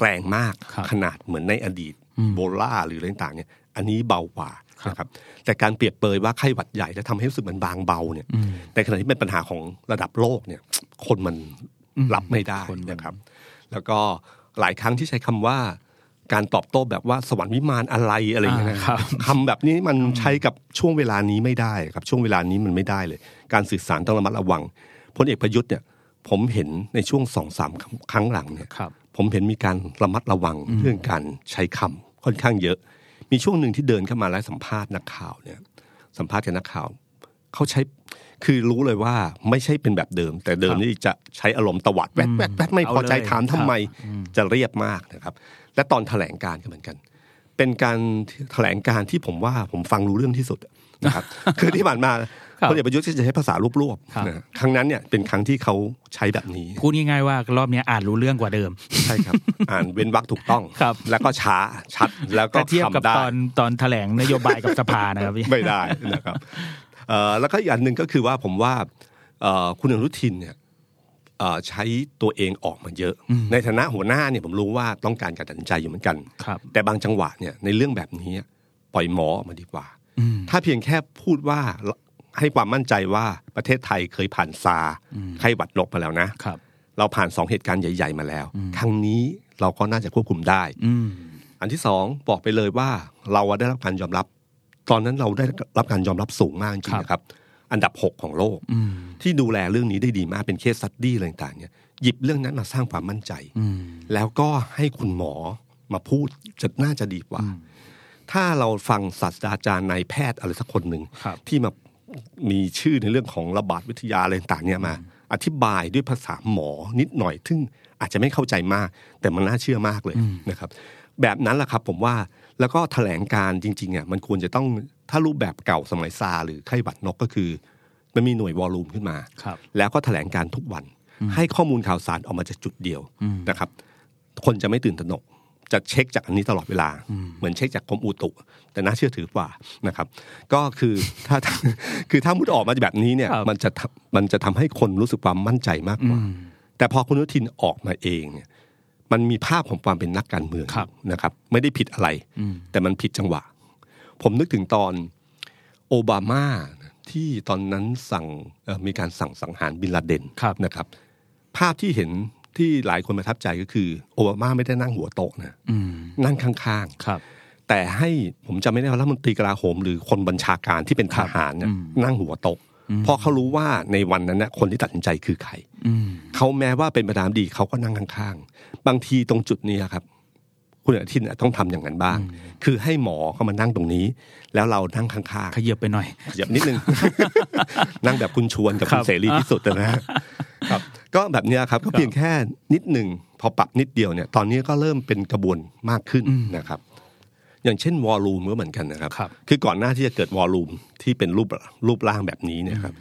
B: แรงมาก
D: ครับ
B: ขนาดเหมือนในอดีตโบลาหรืออะไรต่างๆเนี่ยอันนี้เบากว่านะครับแต่การเปรียบเปยว่าไข้หวัดใหญ่แล้วทำให้รู้สึกมันบางเบาเนี่ยแต่ขณะที่เป็นปัญหาของระดับโลกเนี่ย คนมันรับไม่ได้
D: คนมัน
B: นะครับ แล้วก็หลายครั้งที่ใช้คำว่า การตอบโต้แบบว่าสวรรค์วิมานอะไรอะไรอย่างเงี้ยนะ
D: อ่าครับ
B: คำแบบนี้มันใช้กับช่วงเวลานี้ไม่ได้ครับ ช่วงเวลานี้มันไม่ได้เลย การสื่อสารต้องระมัดระวังพลเอกประยุทธ์เนี่ย ผมเห็นในช่วงสองสามครั้งหลังเนี่ย
D: ครับ
B: ผมเห็นมีการระมัดระวังเรื่องการใช้คำค่อนข้างเยอะ มีช่วงหนึ่งที่เดินเข้ามาและสัมภาษณ์นักข่าวเนี่ย สัมภาษณ์กับนักข่าวเขาใช้คือรู้เลยว่าไม่ใช่เป็นแบบเดิม แต่เดิมนี่จะใช้อารมณ์ตวัดแวดแวดแวดไม่พอใจ
D: เอาเลย
B: ถามทำไมจะเรียบมากนะครับ และตอนแถลงการก็เหมือนกัน เป็นการแถลงการที่ผมว่าผมฟังรู้เรื่องที่สุด นะครับ คือที่ผ่านมา
D: ครับ
B: พลเอกประยุทธ์จะใช้ภาษารวบ
D: ครับ
B: ๆนะครั้งนั้นเนี่ยเป็นครั้งที่เขาใช้แบบนี้
D: พูดง่ายๆว่ารอบเนี้ยอ่านรู้เรื่องกว่าเดิม
B: ใช่ ครับ อ่านเว้นวรรคถูกต้อง
D: ครับ
B: แล้วก็ช้าชัดแล้วก็
D: ถ้าเทียบกับ
B: ทำได้
D: ตอนตอนแถลงนโยบายกับสภานะครับ พี่
B: ไม่ได้นะครับเอ่อแล้วก็อีกอันหนึ่งก็คือว่าผมว่าเอ่อคุณอนุทินเนี่ยเอ่อใช้ตัวเองออกมาเยอะ ในฐานะหัวหน้าเนี่ยผมรู้ว่าต้องการการตัดสินใจอยู่เหมือนกัน
D: ครับ
B: แต่บางจังหวะเนี่ยในเรื่องแบบนี้ปล่อยหมอออกมาดีกว่า ถ้าเพียงแค่พูดว่าให้ความมั่นใจว่าประเทศไทยเคยผ่านซาร์ไข้หวัดนกมาแล้วนะ
D: ครับ
B: เราผ่านสองเหตุการณ์ใหญ่ ๆ มาแล้ว ครั้งนี้เราก็น่าจะควบคุมได้
D: อืม
B: อันที่สองบอกไปเลยว่าเราอะได้รับการยอมรับ ตอนนั้นเราได้รับการยอมรับสูงมากจริงๆนะครับ อันดับหกของโลก
D: อืม
B: ที่ดูแลเรื่องนี้ได้ดีมากเป็นเคสสตัดดี้อะไรต่างๆเนี่ยหยิบเรื่องนั้นมาสร้างความมั่นใจ
D: อืม
B: แล้วก็ให้คุณหมอมาพูดจะน่าจะดีกว่า ถ้าเราฟังศาสตราจารย์นายแพทย์อะไรสักคนหนึ่ง
D: ครับ
B: ที่มามีชื่อในเรื่องของระบาดวิทยาอะไรต่างๆเนี่ยมา อธิบายด้วยภาษาหมอนิดหน่อย ซึ่งอาจจะไม่เข้าใจมาก แต่มันน่าเชื่อมากเลยนะครับ แบบนั้นแหละครับผมว่าแล้วก็แถลงการจริงๆอ่ะมันควรจะต้องถ้ารูปแบบเก่าสมัยซาร์หรือไข้หวัดนกก็คือ มันมีหน่วยวอลลุ่มขึ้นมา
D: ครับ
B: แล้วก็แถลงการทุกวัน ให้ข้อมูลข่าวสารออกมาจากจุดเดียวนะครับ คนจะไม่ตื่นตระหนก จะเช็คจากอันนี้ตลอดเวลา เหมือนเช็คจากกรมอุตุ แต่น่าเชื่อถือกว่านะครับ ก็คือ ถ้า คือถ้ามุดออกมาแบบนี้เนี่ย
D: ครับ
B: มันจะทำมันจะทำให้คนรู้สึกความมั่นใจมากกว่า แต่พอคุณอนุทินออกมาเองเนี่ย มันมีภาพของความเป็นนักการเมือง
D: ครับ
B: นะครับ ไม่ได้ผิดอะไร แต่มันผิดจังหวะ ผมนึกถึงตอนโอบามาที่ตอนนั้นสั่งเอ่อมีการสั่งสังหารบินลาเดน
D: ครับ
B: นะครับ ภาพที่เห็นที่หลายคนประทับใจก็คือ โอบามาไม่ได้นั่งหัวโต๊ะนะ
D: อืม
B: นั่งข้าง
D: ครับ
B: ๆ แต่ให้ผมจำไม่ได้ว่ารัฐมนตรีกลาโหม หรือคนบัญชาการที่เป็นทหารเนี่ยนั่งหัวโต๊ะเพราะเขารู้ว่าในวันนั้นนะคนที่ตัดสินใจคือใคร
D: อืม
B: เขาแม้ว่าเป็นประธานาธิบดีเขาก็นั่งข้างๆ บางทีตรงจุดนี้ครับ คุณอนุทินต้องทำอย่างนั้นบ้าง คือให้หมอเขามานั่งตรงนี้ แล้วเรานั่งข้าง
D: ขยับไปหน่อย
B: ๆขยับนิดนึ ง นั่งแบบคุณชวนกับคุ
D: ค
B: ณ
D: รับ
B: เสรีพิสุทธิ์นะฮ ะครับ ก็แบบเนี้ยครับ ก็เพียงแค่นิดหนึ่งพอปรับนิดเดียวเนี่ย ตอนนี้ก็เริ่มเป็นกระบวนมากขึ้นนะครับ อย่างเช่นวอลลุ่มก็เหมือนกันนะครับ
D: ครับ
B: คือก่อนหน้าที่จะเกิดวอลลุ่มที่เป็นรูปรูปร่างแบบนี้เนี่ยครับ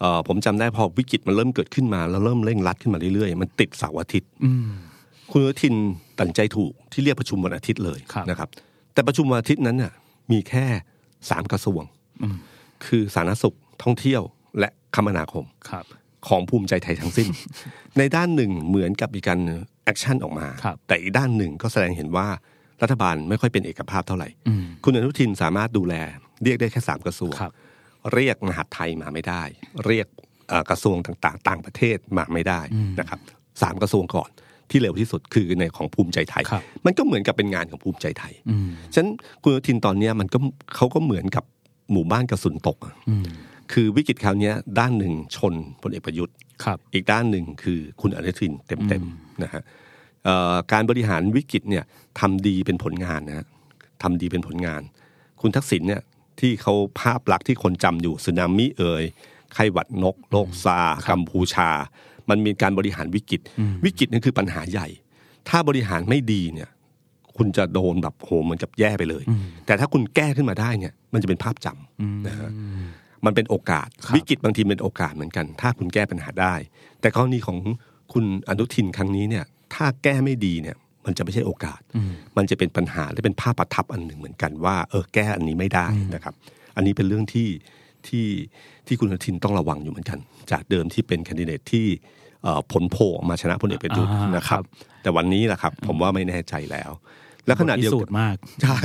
B: เอ่อผมจำได้พอวิกฤตมันเริ่มเกิดขึ้นมา แล้วเริ่มเร่งรัดขึ้นมาเรื่อยๆ มันติดเสาร์อาทิตย์
D: อืม
B: คุณอนุทินตัดสินใจถูกที่เรียกประชุมวันอาทิตย์เลย
D: ครับ
B: นะครับ แต่ประชุมวันอาทิตย์นั้นน่ะมีแค่สามกระทรวง
D: อืม
B: คือสาธารณสุขท่องเที่ยวและคมนาคม
D: ครับ
B: ของภูมิใจไทยทั้ง สิ้น ในด้านหนึ่งเหมือนกับมีการแอคชั่นออกมา
D: ครับ
B: แต่อีกด้านหนึ่งก็แสดงเห็นว่ารัฐบาลไม่ค่อยเป็นเอกภาพเท่าไหร่
D: อืม
B: คุณอนุทินสามารถดูแล เรียกได้แค่สามกระทรวง
D: ครับ
B: เรียกมหาดไทยมาไม่ได้ เรียกเอ่อกระทรวงต่างๆ ต่างประเทศมาไม่ได้นะครับสามกระทรวงก่อนที่เร็วที่สุดคือในของภูมิใจไทย
D: ครับ
B: มันก็เหมือนกับเป็นงานของภูมิใจไทย
D: อืม
B: ฉะนั้นคุณอนุทินตอนเนี้ยมันก็เขาก็เหมือนกับหมู่บ้านกระสุนตกอะ
D: อืม
B: คือวิกฤตคราวเนี้ยด้านหนึ่งชนพลเอกประยุทธ์
D: ครับ
B: อีกด้านหนึ่งคือคุณอนุทินเต็มๆนะฮะเอ่อการบริหารวิกฤตเนี่ยทำดีเป็นผลงานนะฮะทำดีเป็นผลงาน คุณทักษิณเนี่ยที่เขาภาพลักษณ์ที่คนจำอยู่สึนามิเอ่ยไข้หวัดนกโรคซาร์กัมพูชา มันมีการบริหารวิกฤต วิกฤตนี่คือปัญหาใหญ่ ถ้าบริหารไม่ดีเนี่ย คุณจะโดนแบบโหเหมือนกับแย่ไปเลย แต่ถ้าคุณแก้ขึ้นมาได้เนี่ย มันจะเป็นภาพจำนะฮะมันเป็นโอกาส วิกฤตบางทีเป็นโอกาสเหมือนกัน ถ้าคุณแก้ปัญหาได้ แต่กรณีของคุณอนุทินครั้งนี้เนี่ย ถ้าแก้ไม่ดีเนี่ย มันจะไม่ใช่โอกาส มันจะเป็นปัญหาและเป็นภาพประทับอันหนึ่งเหมือนกันว่า เออแก้อันนี้ไม่ได้นะครับ อันนี้เป็นเรื่องที่ที่ที่คุณอนุทินต้องระวังอยู่เหมือนกัน จากเดิมที่เป็นแคนดิเดตที่เอ่อผลโพลออกมาชนะพลเอกประยุทธ์
D: อ่าน
B: นะครับ
D: ครับ
B: แต่วันนี้แหละครับผมว่าไม่แน่ใจแล้ว และขณะเดียว
D: พิสู
B: กั
D: จ
B: น
D: น์มาก
B: ใช่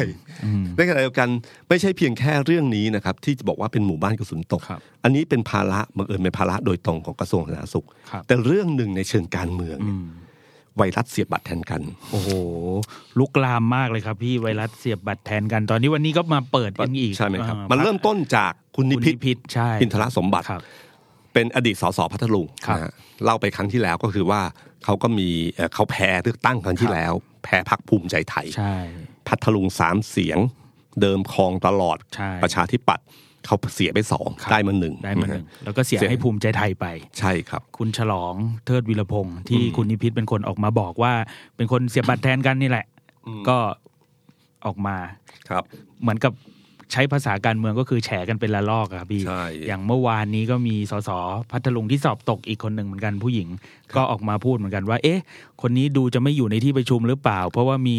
B: ในขณะเดียวกันไม่ใช่เพียงแค่เรื่องนี้นะครับ ที่จะบอกว่าเป็นหมู่บ้านกระสุนตก
D: ครับ
B: อันนี้เป็นภาระบังเอิญเป็นภาระโดยตรงของกระทรวงสาธารณสุข
D: ครับ
B: แต่เรื่องหนึ่งในเชิงการเมืองเนี่ยไวรัสเสียบบัตรแทนกัน
D: โอ้โห ลุกลามมากเลยครับพี่ไวรัสเสียบบัตรแทนกัน ตอนนี้วันนี้ก็มาเปิดกันอีก
B: ใช่ไหมครับ
D: อ่า
B: มันเริ่มต้นจากคุณนิ
D: คุณ
B: พิ
D: นิ
B: ษ
D: พิษใช่
B: อินทรสมบัติ
D: ครับ
B: เป็นอดีตสสพัทลุง
D: ครับ
B: นะฮะเล่าไปครั้งที่แล้วก็คือว่าเขาก็มีเอ่อเขาแพ้เลือกตั้งครั้งที่
D: ครับ
B: แล้ว แพ้พักภูมิใจไทย
D: ใช่
B: พัทลุงสามเสียง เดิมครองตลอด
D: ใช่
B: ประชาธิปัตย์เขาเสียไปสอง
D: ครับ
B: ได้มาหนึ่ง
D: ได้มาหนึ่ง
B: ะฮะ
D: แล้วก็เสียให้ภูมิใจไทยไป
B: ใช่ครับ
D: คุณฉลองเทิดวิรพงศ์ที่คุณนิพิษเป็นคนออกมาบอกว่า เป็นคนเสียบบัตรแทนกันนี่แหละ ก็ออกมา
B: ครับ
D: เหมือนกับใช้ภาษาการเมืองก็คือแฉกันเป็นละลอกอะครับพี่
B: ใช่
D: อย่างเมื่อวานนี้ก็มีสสพัทลุงที่สอบตกอีกคนหนึ่งเหมือนกันผู้หญิง ก็ออกมาพูดเหมือนกันว่า เอ๊ะ คนนี้ดูจะไม่อยู่ในที่ประชุมหรือเปล่า เพราะว่ามี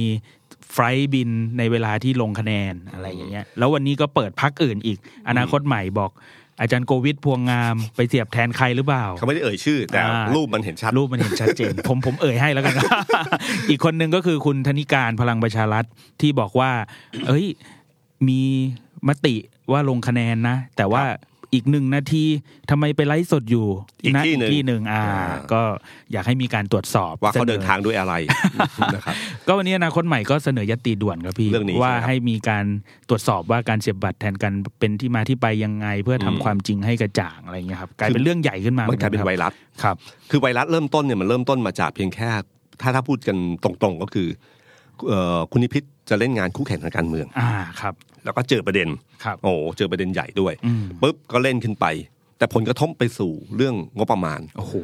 D: ไฟลท์บินในเวลาที่ลงคะแนนอะไรอย่างเงี้ย แล้ววันนี้ก็เปิดพักอื่นอีก อนาคตใหม่บอก อาจารย์โกวิทพวงงามไปเสียบแทนใครหรือเปล่า
B: เขาไม่ได้เอ่ยชื่อ แต่
D: อ่า
B: รูปมันเห็นชัด
D: รูปมันเห็นชัดเจน ผมผมเอ่ยให้แล้วกัน อีกคนหนึ่งก็คือคุณธนิการพลังประชารัฐที่บอกว่า เอ้ย มีมติว่าลงคะแนนนะ แต่ว่าอีกหนึ่งนาทีทำไมไปไลฟ์สดอยู่
B: อีก
D: ณ
B: ที่หนึ่ง
D: ที่หนึ่งอ่า
B: อ่า
D: ก็อยากให้มีการตรวจสอบ
B: ว่าเขา
D: สอ
B: เดินทางด้วยอะไรนะครับ
D: ก็วันนี้อนาคตใหม่ก็เสนอยตติด่วนครับพี่
B: เรื่องนี้
D: ว่า
B: ใช่ไหมครับ
D: ให้มีการตรวจสอบว่าการเสียบบัตรแทนกันเป็นที่มาที่ไปยังไง เพื่อทำ
B: อืม
D: ความจริงให้กระจ่างอะไรเงี้ยครับกลายเป็นเรื่องใหญ่ขึ้นมา
B: มันกลายเป็นไวรัส
D: ครับ
B: คือไวรัสเริ่มต้นเนี่ยมันเริ่มต้นมาจากเพียงแค่ ถ้าถ้าพูดกันตรงๆก็คือเอ่อคุณนิพิษ จะเล่นงานคู่แข่งทางการเมือง
D: อ่าครับ
B: แล้วก็เจอประเด็น
D: ครับ
B: โอ้เจอประเด็นใหญ่ด้วย
D: อืม
B: ปุ๊บก็เล่นขึ้นไป แต่ผลกระทบไปสู่เรื่องงบประมาณ
D: โอ้โห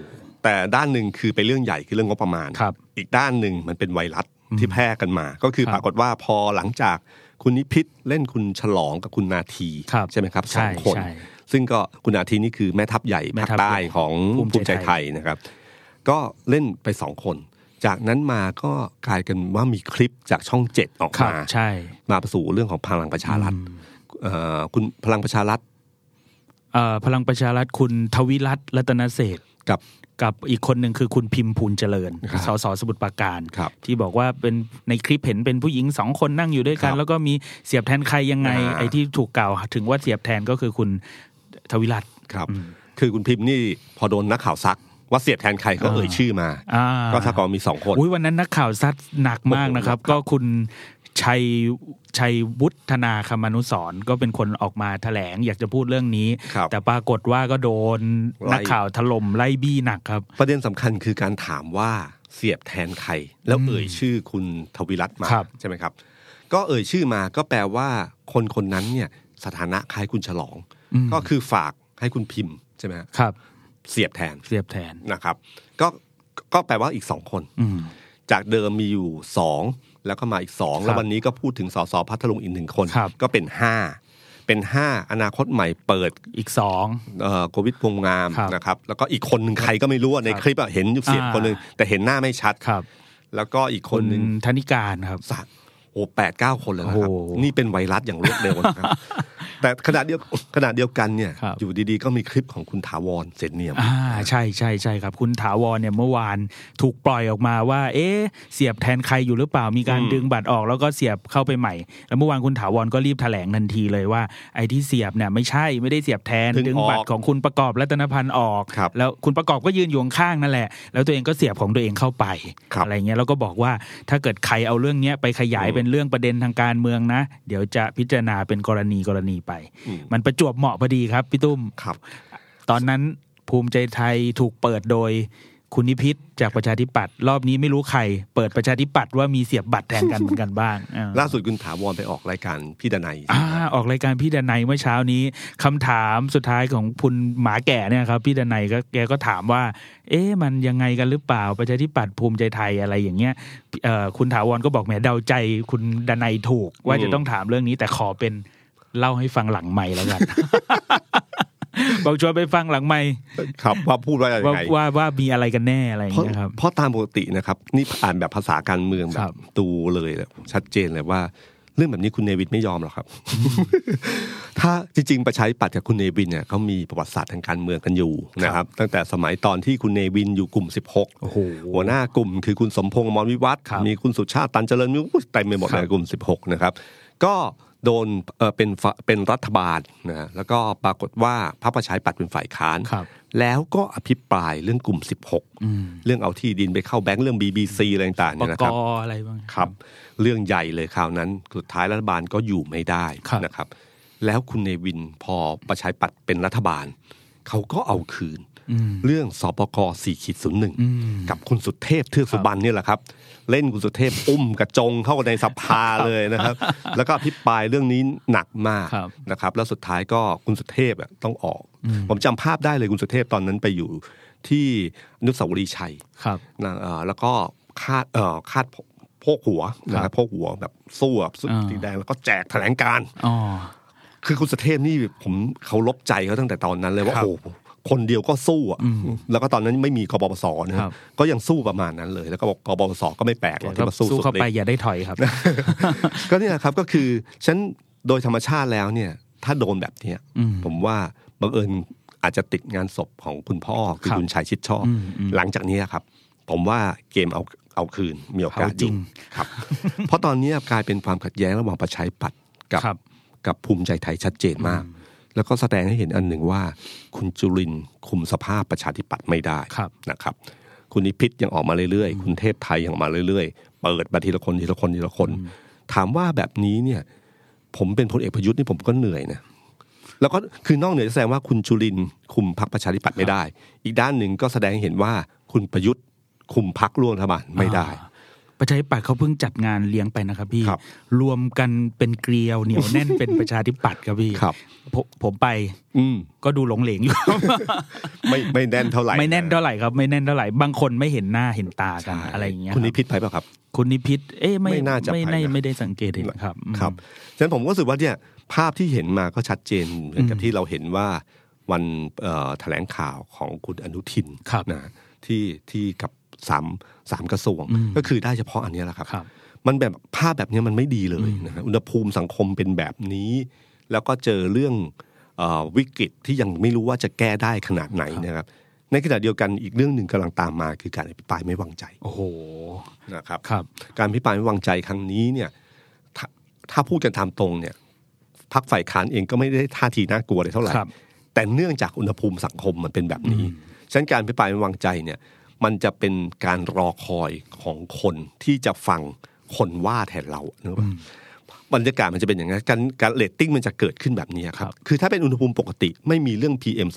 B: แต่ด้านหนึ่งคือเป็นเรื่องใหญ่คือเรื่องงบประมาณ
D: ครับ
B: อีกด้านหนึ่งมันเป็นไวรัสที่แพร่กันมา ก็คือ
D: ครับ
B: ปรากฏว่าพอหลังจากคุณนิพิษเล่นคุณฉลองกับคุณนาที
D: ครับ
B: ใช่ไหมครับสอง
D: ใช่
B: คน
D: ใช่
B: ซึ่งก็คุณนาทีนี่คือแม่ทัพใหญ่
D: แม่
B: ภาค
D: ทัพ
B: ใต้
D: ใหญ่
B: ของ
D: ภูมิใจ
B: ภูมิใจไทยนะครับ ก็เล่นไปสองคน จากนั้นมาก็กลายกันว่ามีคลิปจากช่องเจ็ดออก
D: ครับ
B: มา
D: ใช่
B: มาสู่เรื่องของพลังประชารัฐเอ่อคุณพลังประชารัฐ
D: เอ่อพลังประชารัฐคุณทวิรัตน์รัตนเศรษฐ์
B: กับ
D: กับอีกคนหนึ่งคือคุณพิมพ์ภูลเจริญ
B: ครับ
D: สสสมุทรปราการ
B: ครับ
D: ที่บอกว่าเป็นในคลิปเห็นเป็นผู้หญิงสองคนนั่งอยู่ด้วยกั
B: คน รับ
D: แล้วก็มีเสียบแทนใครยังไง
B: อ่า
D: ไอ้ที่ถูกกล่าวถึงว่าเสียบแทนก็คือคุณทวิรัตน์
B: ครับ คือคุณพิมพ์นี่พอโดนนักข่าวซัก ว่าเสียบแทนใครก็
D: อ่า
B: เอ่ยชื่อมา
D: อ่า
B: ก็ถ้ากองมีสองคน
D: อุ๊ยวันนั้นนักข่าวซัดหนักมากนะครับ ก็คุณชัยชัยวุฒนาคมานุสรณ์ก็เป็นคนออกมาแถลงอยากจะพูดเรื่องนี้
B: ครับ
D: แต่ปรากฏว่าก็โดน
B: ไล่
D: นักข่าวถล่มไล่บี้หนักครับ
B: ประเด็นสำคัญคือการถามว่าเสียบแทนใคร แล้วเอ่ยชื่อคุณทวิรัตน์มา
D: ครับ
B: ใช่ไหมครับ ก็เอ่ยชื่อมาก็แปลว่าคนคนนั้นเนี่ยสถานะคล้ายคุณฉลอง ก็คือฝากให้คุณพิมพ์ใช่ไหมฮะ
D: ครับ
B: เสียบแทน
D: เสียบแทน
B: นะครับ ก็ก็แปลว่าอีกสองคน
D: อืม
B: จากเดิมมีอยู่สองแล้วก็มาอีกสอง
D: ครับ
B: แล้ววันนี้ก็พูดถึงสสพัทลุงอีกหนึ่งคน
D: ครับ
B: ก็เป็นห้าเป็นห้าอนาคตใหม่เปิด
D: อีกสอง
B: เอ่อโควิดพวงงาม
D: ครับ
B: นะครับ แล้วก็อีกคนหนึ่งใครก็ไม่รู้อะในคลิปอะเห็นอยู่เสียง
D: อ่า
B: คนหนึ่งแต่เห็นหน้าไม่ชัด
D: ครับ
B: แล้วก็อีกค
D: คุ
B: น
D: ณ
B: หนึ่ง
D: ธนิการครับ
B: สักโอ้แปดเก้าคนแล้วนะครับ
D: โอ้โห
B: นี่เป็นไวรัสอย่างรวดเร็ว นะครับ แต่ขณะเดียวขณะเดียวกันเนี่ย
D: ครับ
B: อยู่ดีๆ ก็มีคลิปของคุณถาวรเสร็จเนียม
D: อ่าใช่ใช่ใช่ครับ คุณถาวรเนี่ยเมื่อวานถูกปล่อยออกมาว่า เอ๊ะเสียบแทนใครอยู่หรือเปล่ามีการดึงบัตรออกแล้วก็เสียบเข้าไปใหม่ แล้วเมื่อวานคุณถาวรก็รีบแถลงทันทีเลยว่าไอ้ที่เสียบเนี่ยไม่ใช่ไม่ได้เสียบแทน
B: ดึง
D: ดึงบั
B: อ
D: ตร
B: อก
D: ของคุณประกอบรัตนพันธ์ออก
B: ครับ
D: แล้วคุณประกอบก็ยืนอยู่ข้างๆนั่นแหละ แล้วตัวเองก็เสียบของตัวเองเข้าไป
B: ครับ
D: อะไรเงี้ยแล้วก็บอกว่าถ้าเกิดใครเอาเรื่องเนี้ยไปขยายเป็นเรื่องประเด็นทางการเมืองนะ เดี๋ยวจะพิจารณาเป็นกรณีกรณีไป มันประจวบเหมาะพอดีครับพี่ตุ้ม
B: ครับ
D: ตอนนั้นภูมิใจไทยถูกเปิดโดยคุณนิพิษจากประชาธิปัตย์รอบนี้ไม่รู้ใคร เปิดประชาธิปัตย์ว่ามีเสียบบัตรแทนกัน เหมือนกันบ้างอ่า
B: ล่าสุดคุณถาวรไปออกรายการพี่ดนัย
D: อ่าออกรายการพี่ดนัยเมื่อเช้านี้คำถามสุดท้ายของคุณหมาแก่เนี่ยครับพี่ดนัยก็แกก็ถามว่า เอ๊ะมันยังไงกันหรือเปล่าประชาธิปัตย์ภูมิใจไทยอะไรอย่างเงี้ยเอ่อคุณถาวรก็บอกแหมเดาใจคุณดนัยถูก ว่าจะต้องถามเรื่องนี้แต่ขอเป็นเล่าให้ฟังหลังใหม่แล้วกัน บอกชวนไปฟังหลังใหม่
B: ครับว่าพูดว่าอะไรยั
D: ว่าง
B: ไง
D: ว่าว่ามีอะไรกันแน่อะไรอย่าง
B: เพราะ
D: เงี้ยครับ
B: เพราะตามปกตินะครับ นี่อ่านแบบภาษาการเมืองแบ
D: ครับ บ
B: ตูเลยแหละชัดเจนเลยว่า เรื่องแบบนี้คุณเนวินไม่ยอมหรอกครับ ถ้าจริงๆประชาธิปัตย์กับคุณเนวินเนี่ยเขามีประวัติศาสตร์ทางการเมืองกันอยู่นะครับ ตั้งแต่สมัยตอนที่คุณเนวินอยู่กลุ่ม 16
D: โอ้โห
B: หัวหน้ากลุ่มคือคุณสมพงษ์มรวิวัฒน์
D: ครับ
B: มีคุณสุชาติตันเจริญมิวเต็มไปหมด
D: ครับ
B: ในกลุ่ม 16 นะครับ ก็โดนเอ่อเป็นฝ่าเป็นรัฐบาลนะฮะแล้วก็ปรากฏว่าพรรคประชาธิปัตย์เป็นฝ่ายค้าน
D: ครับ
B: แล้วก็อภิปรายเรื่องกลุ่ม 16 เรื่องเอาที่ดินไปเข้าแบงค์เรื่อง BBC อะไรต่างๆ
D: ป
B: เนี่ยนะ
D: ก
B: ครับ
D: อะไรบ้าง
B: ครับเรื่องใหญ่เลยคราวนั้นสุดท้ายรัฐบาลก็อยู่ไม่ได้
D: ครับ
B: นะครับ แล้วคุณเนวินพอประชาธิปัตย์เป็นรัฐบาล เขาก็เอาคืน เรื่องสปกสี่ขีดศูนย์หนึ่งกับคุณสุเทพเทือกสุบรรณเนี่ยแหละครับ เล่นคุณสุเทพอุ้มกระจงเข้าในสภาเลยนะครับ แล้วก็อภิปรายเรื่องนี้หนักมาก
D: ครับ
B: นะครับ แล้วสุดท้ายก็คุณสุเทพอะต้องออก ผมจำภาพได้เลยคุณสุเทพตอนนั้นไปอยู่ที่อนุสาวรีย์ชัย
D: ครับ
B: นะเอ่อแล้วก็คาดเอ่อคาดโพโพกหัวนะครับโพกหัวแบบสู้แบบสู้
D: อ่า
B: สีแดงแล้วก็แจกแถลงการณ์
D: อ๋อ
B: คือคุณสเทพนี่ผมเขาลบใจเขาตั้งแต่ตอนนั้นเลยว่า
D: ครับ
B: โอ้โหคนเดียวก็สู้อะแล้วก็ตอนนั้นไม่มีกบปสนะค
D: ครั
B: รับบ ก็ยังสู้ประมาณนั้นเลย แล้วก็บอกกบปสก็ไม่แปลกหรอกที่มาสู้
D: สู้เข้า
B: ดฤท
D: ไป
B: ธิ์
D: อย่าได้ถอย ครับ
B: ก็เนี่ยครับก็คือฉันโดยธรรมชาติแล้วเนี่ย ถ้าโดนแบบเนี้ย
D: อืม
B: ผมว่าบังเอิญอาจจะติดงานศพของคุณพ่อคือ
D: ครับ
B: คุณชายชิดชอบ
D: อืมอืม
B: หลังจากเนี้ยครับ ผมว่าเกมเอาเอาคืนมีโอกาส
D: เอาจริง
B: อยู่ครับ เพราะตอนเนี้ยกลายเป็นความขัดแย้งระหว่างประชาธิปัตย์กับ
D: ครับ
B: กับภูมิใจไทยชัดเจนมาก แล้วก็แสดงให้เห็นอันหนึ่งว่า คุณจุรินทร์คุมสภาพประชาธิปัตย์ไม่ได้
D: ครับ
B: นะครับ คุณนิพิษยังออกมาเรื่อยๆ คุณเทพไทยยังออกมาเรื่อยๆ เปิดมาทีละคนทีละคนทีละคน ถามว่าแบบนี้เนี่ย ผมเป็นพลเอกประยุทธ์นี่ผมก็เหนื่อยนะ แล้วก็คือนอกเหนือจากแสดงว่าคุณจุลินทร์คุมพรรคประชาธิปัตย์ไม่ได้ อีกด้านหนึ่งก็แสดงให้เห็นว่าคุณประยุทธ์คุมพรรคร่วมรัฐบาลไม่ได้
D: ไป ประชาธิปัตย์เขาเพิ่งจัดงานเลี้ยงไปนะครับพี่
B: ครับ
D: รวมกันเป็นเกลียวเหนียวแน่น เป็นประชาธิปัตย์ครับพี่
B: ครับ
D: ผมผมไป
B: อืม
D: ก็ดูหลงเหลงอยู่
B: ไม่ไม่แน่นเท่า ไหร่
D: ไม่แน่นเท่าไหร่ครับไม่แน่นเท่าไหร่บางคนไม่เห็นหน้าเห็นตากัน
B: ใช่
D: อะไรอย่างเงี้ย
B: คุณนิ
D: รับ
B: พิษไปเปล่ะครับ
D: คุณนิพิษเอ๊ะไม่
B: ไม่น่าจะ
D: ไม่
B: ไป
D: ได้
B: นะ
D: ไม่ได้สังเกตเห็นครับอืม
B: ครับฉะนั้นผมก็รู้สึกว่าเนี่ยภาพที่เห็นมาก็ชัดเจนเหมือนกับ
D: อืม
B: ที่เราเห็นว่าวันเอ่อแถลงข่าวของคุณอนุทิน
D: ครับ
B: นะที่ที่กับสามสามกระทรวง
D: อืม
B: ก็คือได้เฉพาะอันเนี้ยแหละครับ
D: ครับ
B: มันแบบภาพแบบเนี้ยมันไม่ดีเลยนะฮะอุณหภูมิสังคมเป็นแบบนี้ แล้วก็เจอเรื่องเอ่อวิกฤตที่ยังไม่รู้ว่าจะแก้ได้ขนาดไหนนะครับ ในขณะเดียวกันอีกเรื่องหนึ่งกำลังตามมาคือการอภิปรายไม่วางใจ
D: โอ้โห
B: นะครับ
D: ครับ
B: การพิปรายไม่วางใจครั้งนี้เนี่ยถาถ้าพูดกันตามตรงเนี่ยพักฝ่ายค้านเองก็ไม่ได้ท่าทีน่ากลัวเลยเท่าไหร่
D: ครับ
B: แต่เนื่องจากอุณหภูมิสังคมมันเป็นแบบนี้ฉะนั้นการพิปรายไม่วางใจเนี่ย มันจะเป็นการรอคอยของคนที่จะฟังคนว่าแทนเรานึกออกปะบรรยากาศมันจะเป็นอย่างนั้นการการเลตติ้งมันจะเกิดขึ้นแบบนี้ค
D: ครั
B: รับ
D: บ
B: คือถ้าเป็นอุณหภูมิปกติ ไม่มีเรื่อง PM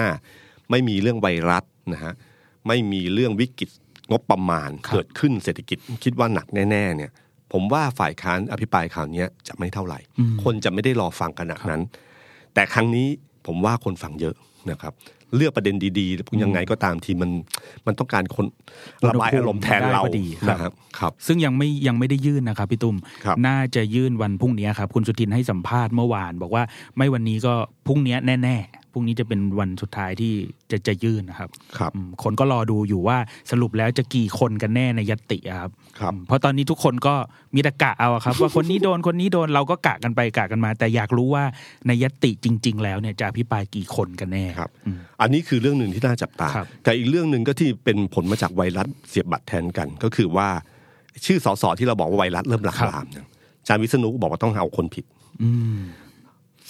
B: 2.5 ไม่มีเรื่องไวรัสนะฮะไม่มีเรื่องวิกฤตงบประมาณ เกิดขึ้นเศรษฐกิจคิดว่าหนักแน่ๆเนี่ย ผมว่าฝ่ายค้านอภิปรายคราวเนี้ยจะไม่เท่าไหร่ คนจะไม่ได้รอฟังขนาดนั้น แต่ครั้งนี้ผมว่าคนฟังเยอะนะครับ เลือกประเด็นดีๆ ยังไงก็ตามทีมันมันต้องการคนระบายอารมณ์แทนเรา
D: ได้พอดีครับ
B: นะครับครับ
D: ซึ่งยังไม่ยังไม่ได้ยื่นนะครับพี่ตุ้ม
B: ครับ
D: น่าจะยื่นวันพรุ่งนี้ครับ คุณสุทินให้สัมภาษณ์เมื่อวาน บอกว่าไม่วันนี้ก็พรุ่งนี้แน่ๆพรุ่งนี้จะเป็นวันสุดท้ายที่จะจะยื่นนะครับ
B: ครับ
D: อืมคนก็รอดูอยู่ว่าสรุปแล้วจะกี่คนกันแน่ในยตติอะครับ
B: ครับ
D: อืมเพราะตอนนี้ทุกคนก็มีแต่กะเอาอะครับ ว่าคนนี้โดนคนนี้โดนเราก็กะกันไปกะกันมา แต่อยากรู้ว่าในยตติจริง ๆ แล้วเนี่ยจะพิปรายกี่คนกันแน่
B: ครับ อันนี้คือเรื่องหนึ่งที่น่าจับตา
D: ครับ
B: แต่อีกเรื่องหนึ่งก็ที่เป็นผลมาจากไวรัสเสียบบัตรแทนกัน ก็คือว่าชื่อสสที่เราบอกว่าไวรัสเริ่มหลากหลามเนี่ยอาจารย์วิษณุบอกว่าต้องเอาคนผิด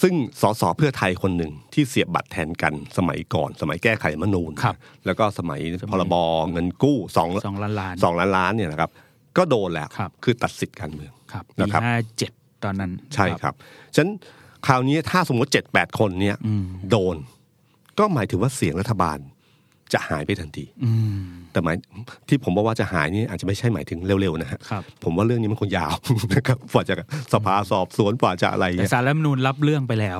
B: ซึ่งสสเพื่อไทยคนหนึ่งที่เสียบบัตรแทนกันสมัยก่อน สมัยแก้ไขรัฐธรรมนูญ
D: ครับ
B: แล้วก็สมัยพรบเงินกู้สอง
D: สองล้านล้าน
B: สองล้านล้านเนี่ยนะครับ ก็โดนแล้ว
D: ครับ
B: คือตัดสิทธิ์การเมือง
D: ครับ
B: นะ
D: ปี
B: ครับ
D: ห้าเจ็ดตอนนั้น
B: ใช่ครับ ฉะนั้นคราวนี้ถ้าสมมติเจ็ดแปดคนเนี้ยโดน ก็หมายถึงว่าเสียงรัฐบาลจะหายไปทันที
D: อืม
B: แต่หมายที่ผมบอกว่าจะหายนี่อาจจะไม่ใช่หมายถึงเร็วๆนะฮะ
D: ครับ
B: ผมว่าเรื่องนี้มันคงยาว นะครับกว่าจะสภาสอบสวนกว่าจะอะไร
D: แต่
B: เนี่ย
D: สารรัฐธรรมนูญรับเรื่องไปแล้ว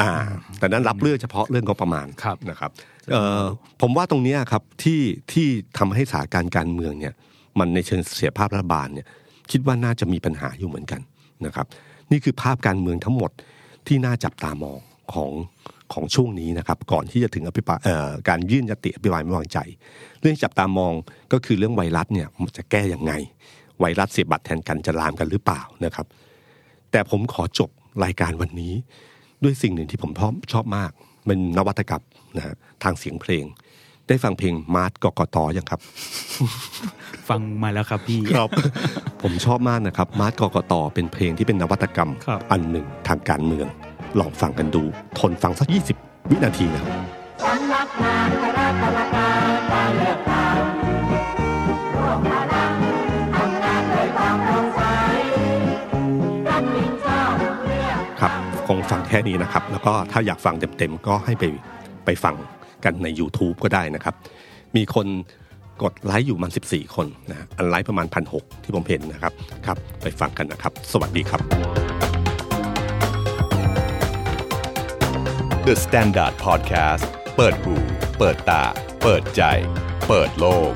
B: อ่า แต่นั้นรับเรื่องเฉพาะเรื่องงบประมาณ
D: ครับ
B: นะครับเอ่อผมว่าตรงเนี้ยครับที่ที่ทำให้สถานการณ์การเมืองเนี่ย มันในเชิงเสียภาพรัฐบาลเนี่ย คิดว่าน่าจะมีปัญหาอยู่เหมือนกันนะครับ นี่คือภาพการเมืองทั้งหมดที่น่าจับตามองของของช่วงนี้นะครับ ก่อนที่จะถึงอภิปรายเอ่อการยื่นยติอภิปรายไม่วางใจ เรื่องที่จับตามองก็คือเรื่องไวรัสเนี่ยมันจะแก้ยังไง ไวรัสเสียบบัตรแทนกันจะลามกันหรือเปล่านะครับ แต่ผมขอจบรายการวันนี้ ด้วยสิ่งหนึ่งที่ผมชอบชอบมาก มันนวัตกรรมนะฮะทางเสียงเพลง ได้ฟังเพลงมาร์ทกกตยังครับ
D: ฟังมาแล้วครับพี่
B: ครับ ผมชอบมากนะครับ มาร์ทกกตเป็นเพลงที่เป็นนวัตกรรม
D: ครับ
B: อันหนึ่งทางการเมือง ลองฟังกันดู ทนฟังสัก 20 วินาทีนะครับ
E: สำนักงานคณะกรรมการการเลือกตั้งรวมพลังทำงานด้วยความโปร่งใสรับผิดชอบเรื่อง
B: ครับคงฟังแค่นี้นะครับ แล้วก็ถ้าอยากฟังเต็มๆ ก็ให้ไปไปฟังกันใน YouTube ก็ได้นะครับ มีคนกดไลค์อยู่ประมัน 14 คนนะฮะอันไลค์ประมาณพันหที่ผมเห็นนะครับครับ ไปฟังกันนะครับ สวัสดีครับ
A: The Standard Podcast เปิดหูเปิดตา เปิดใจ เปิดโลก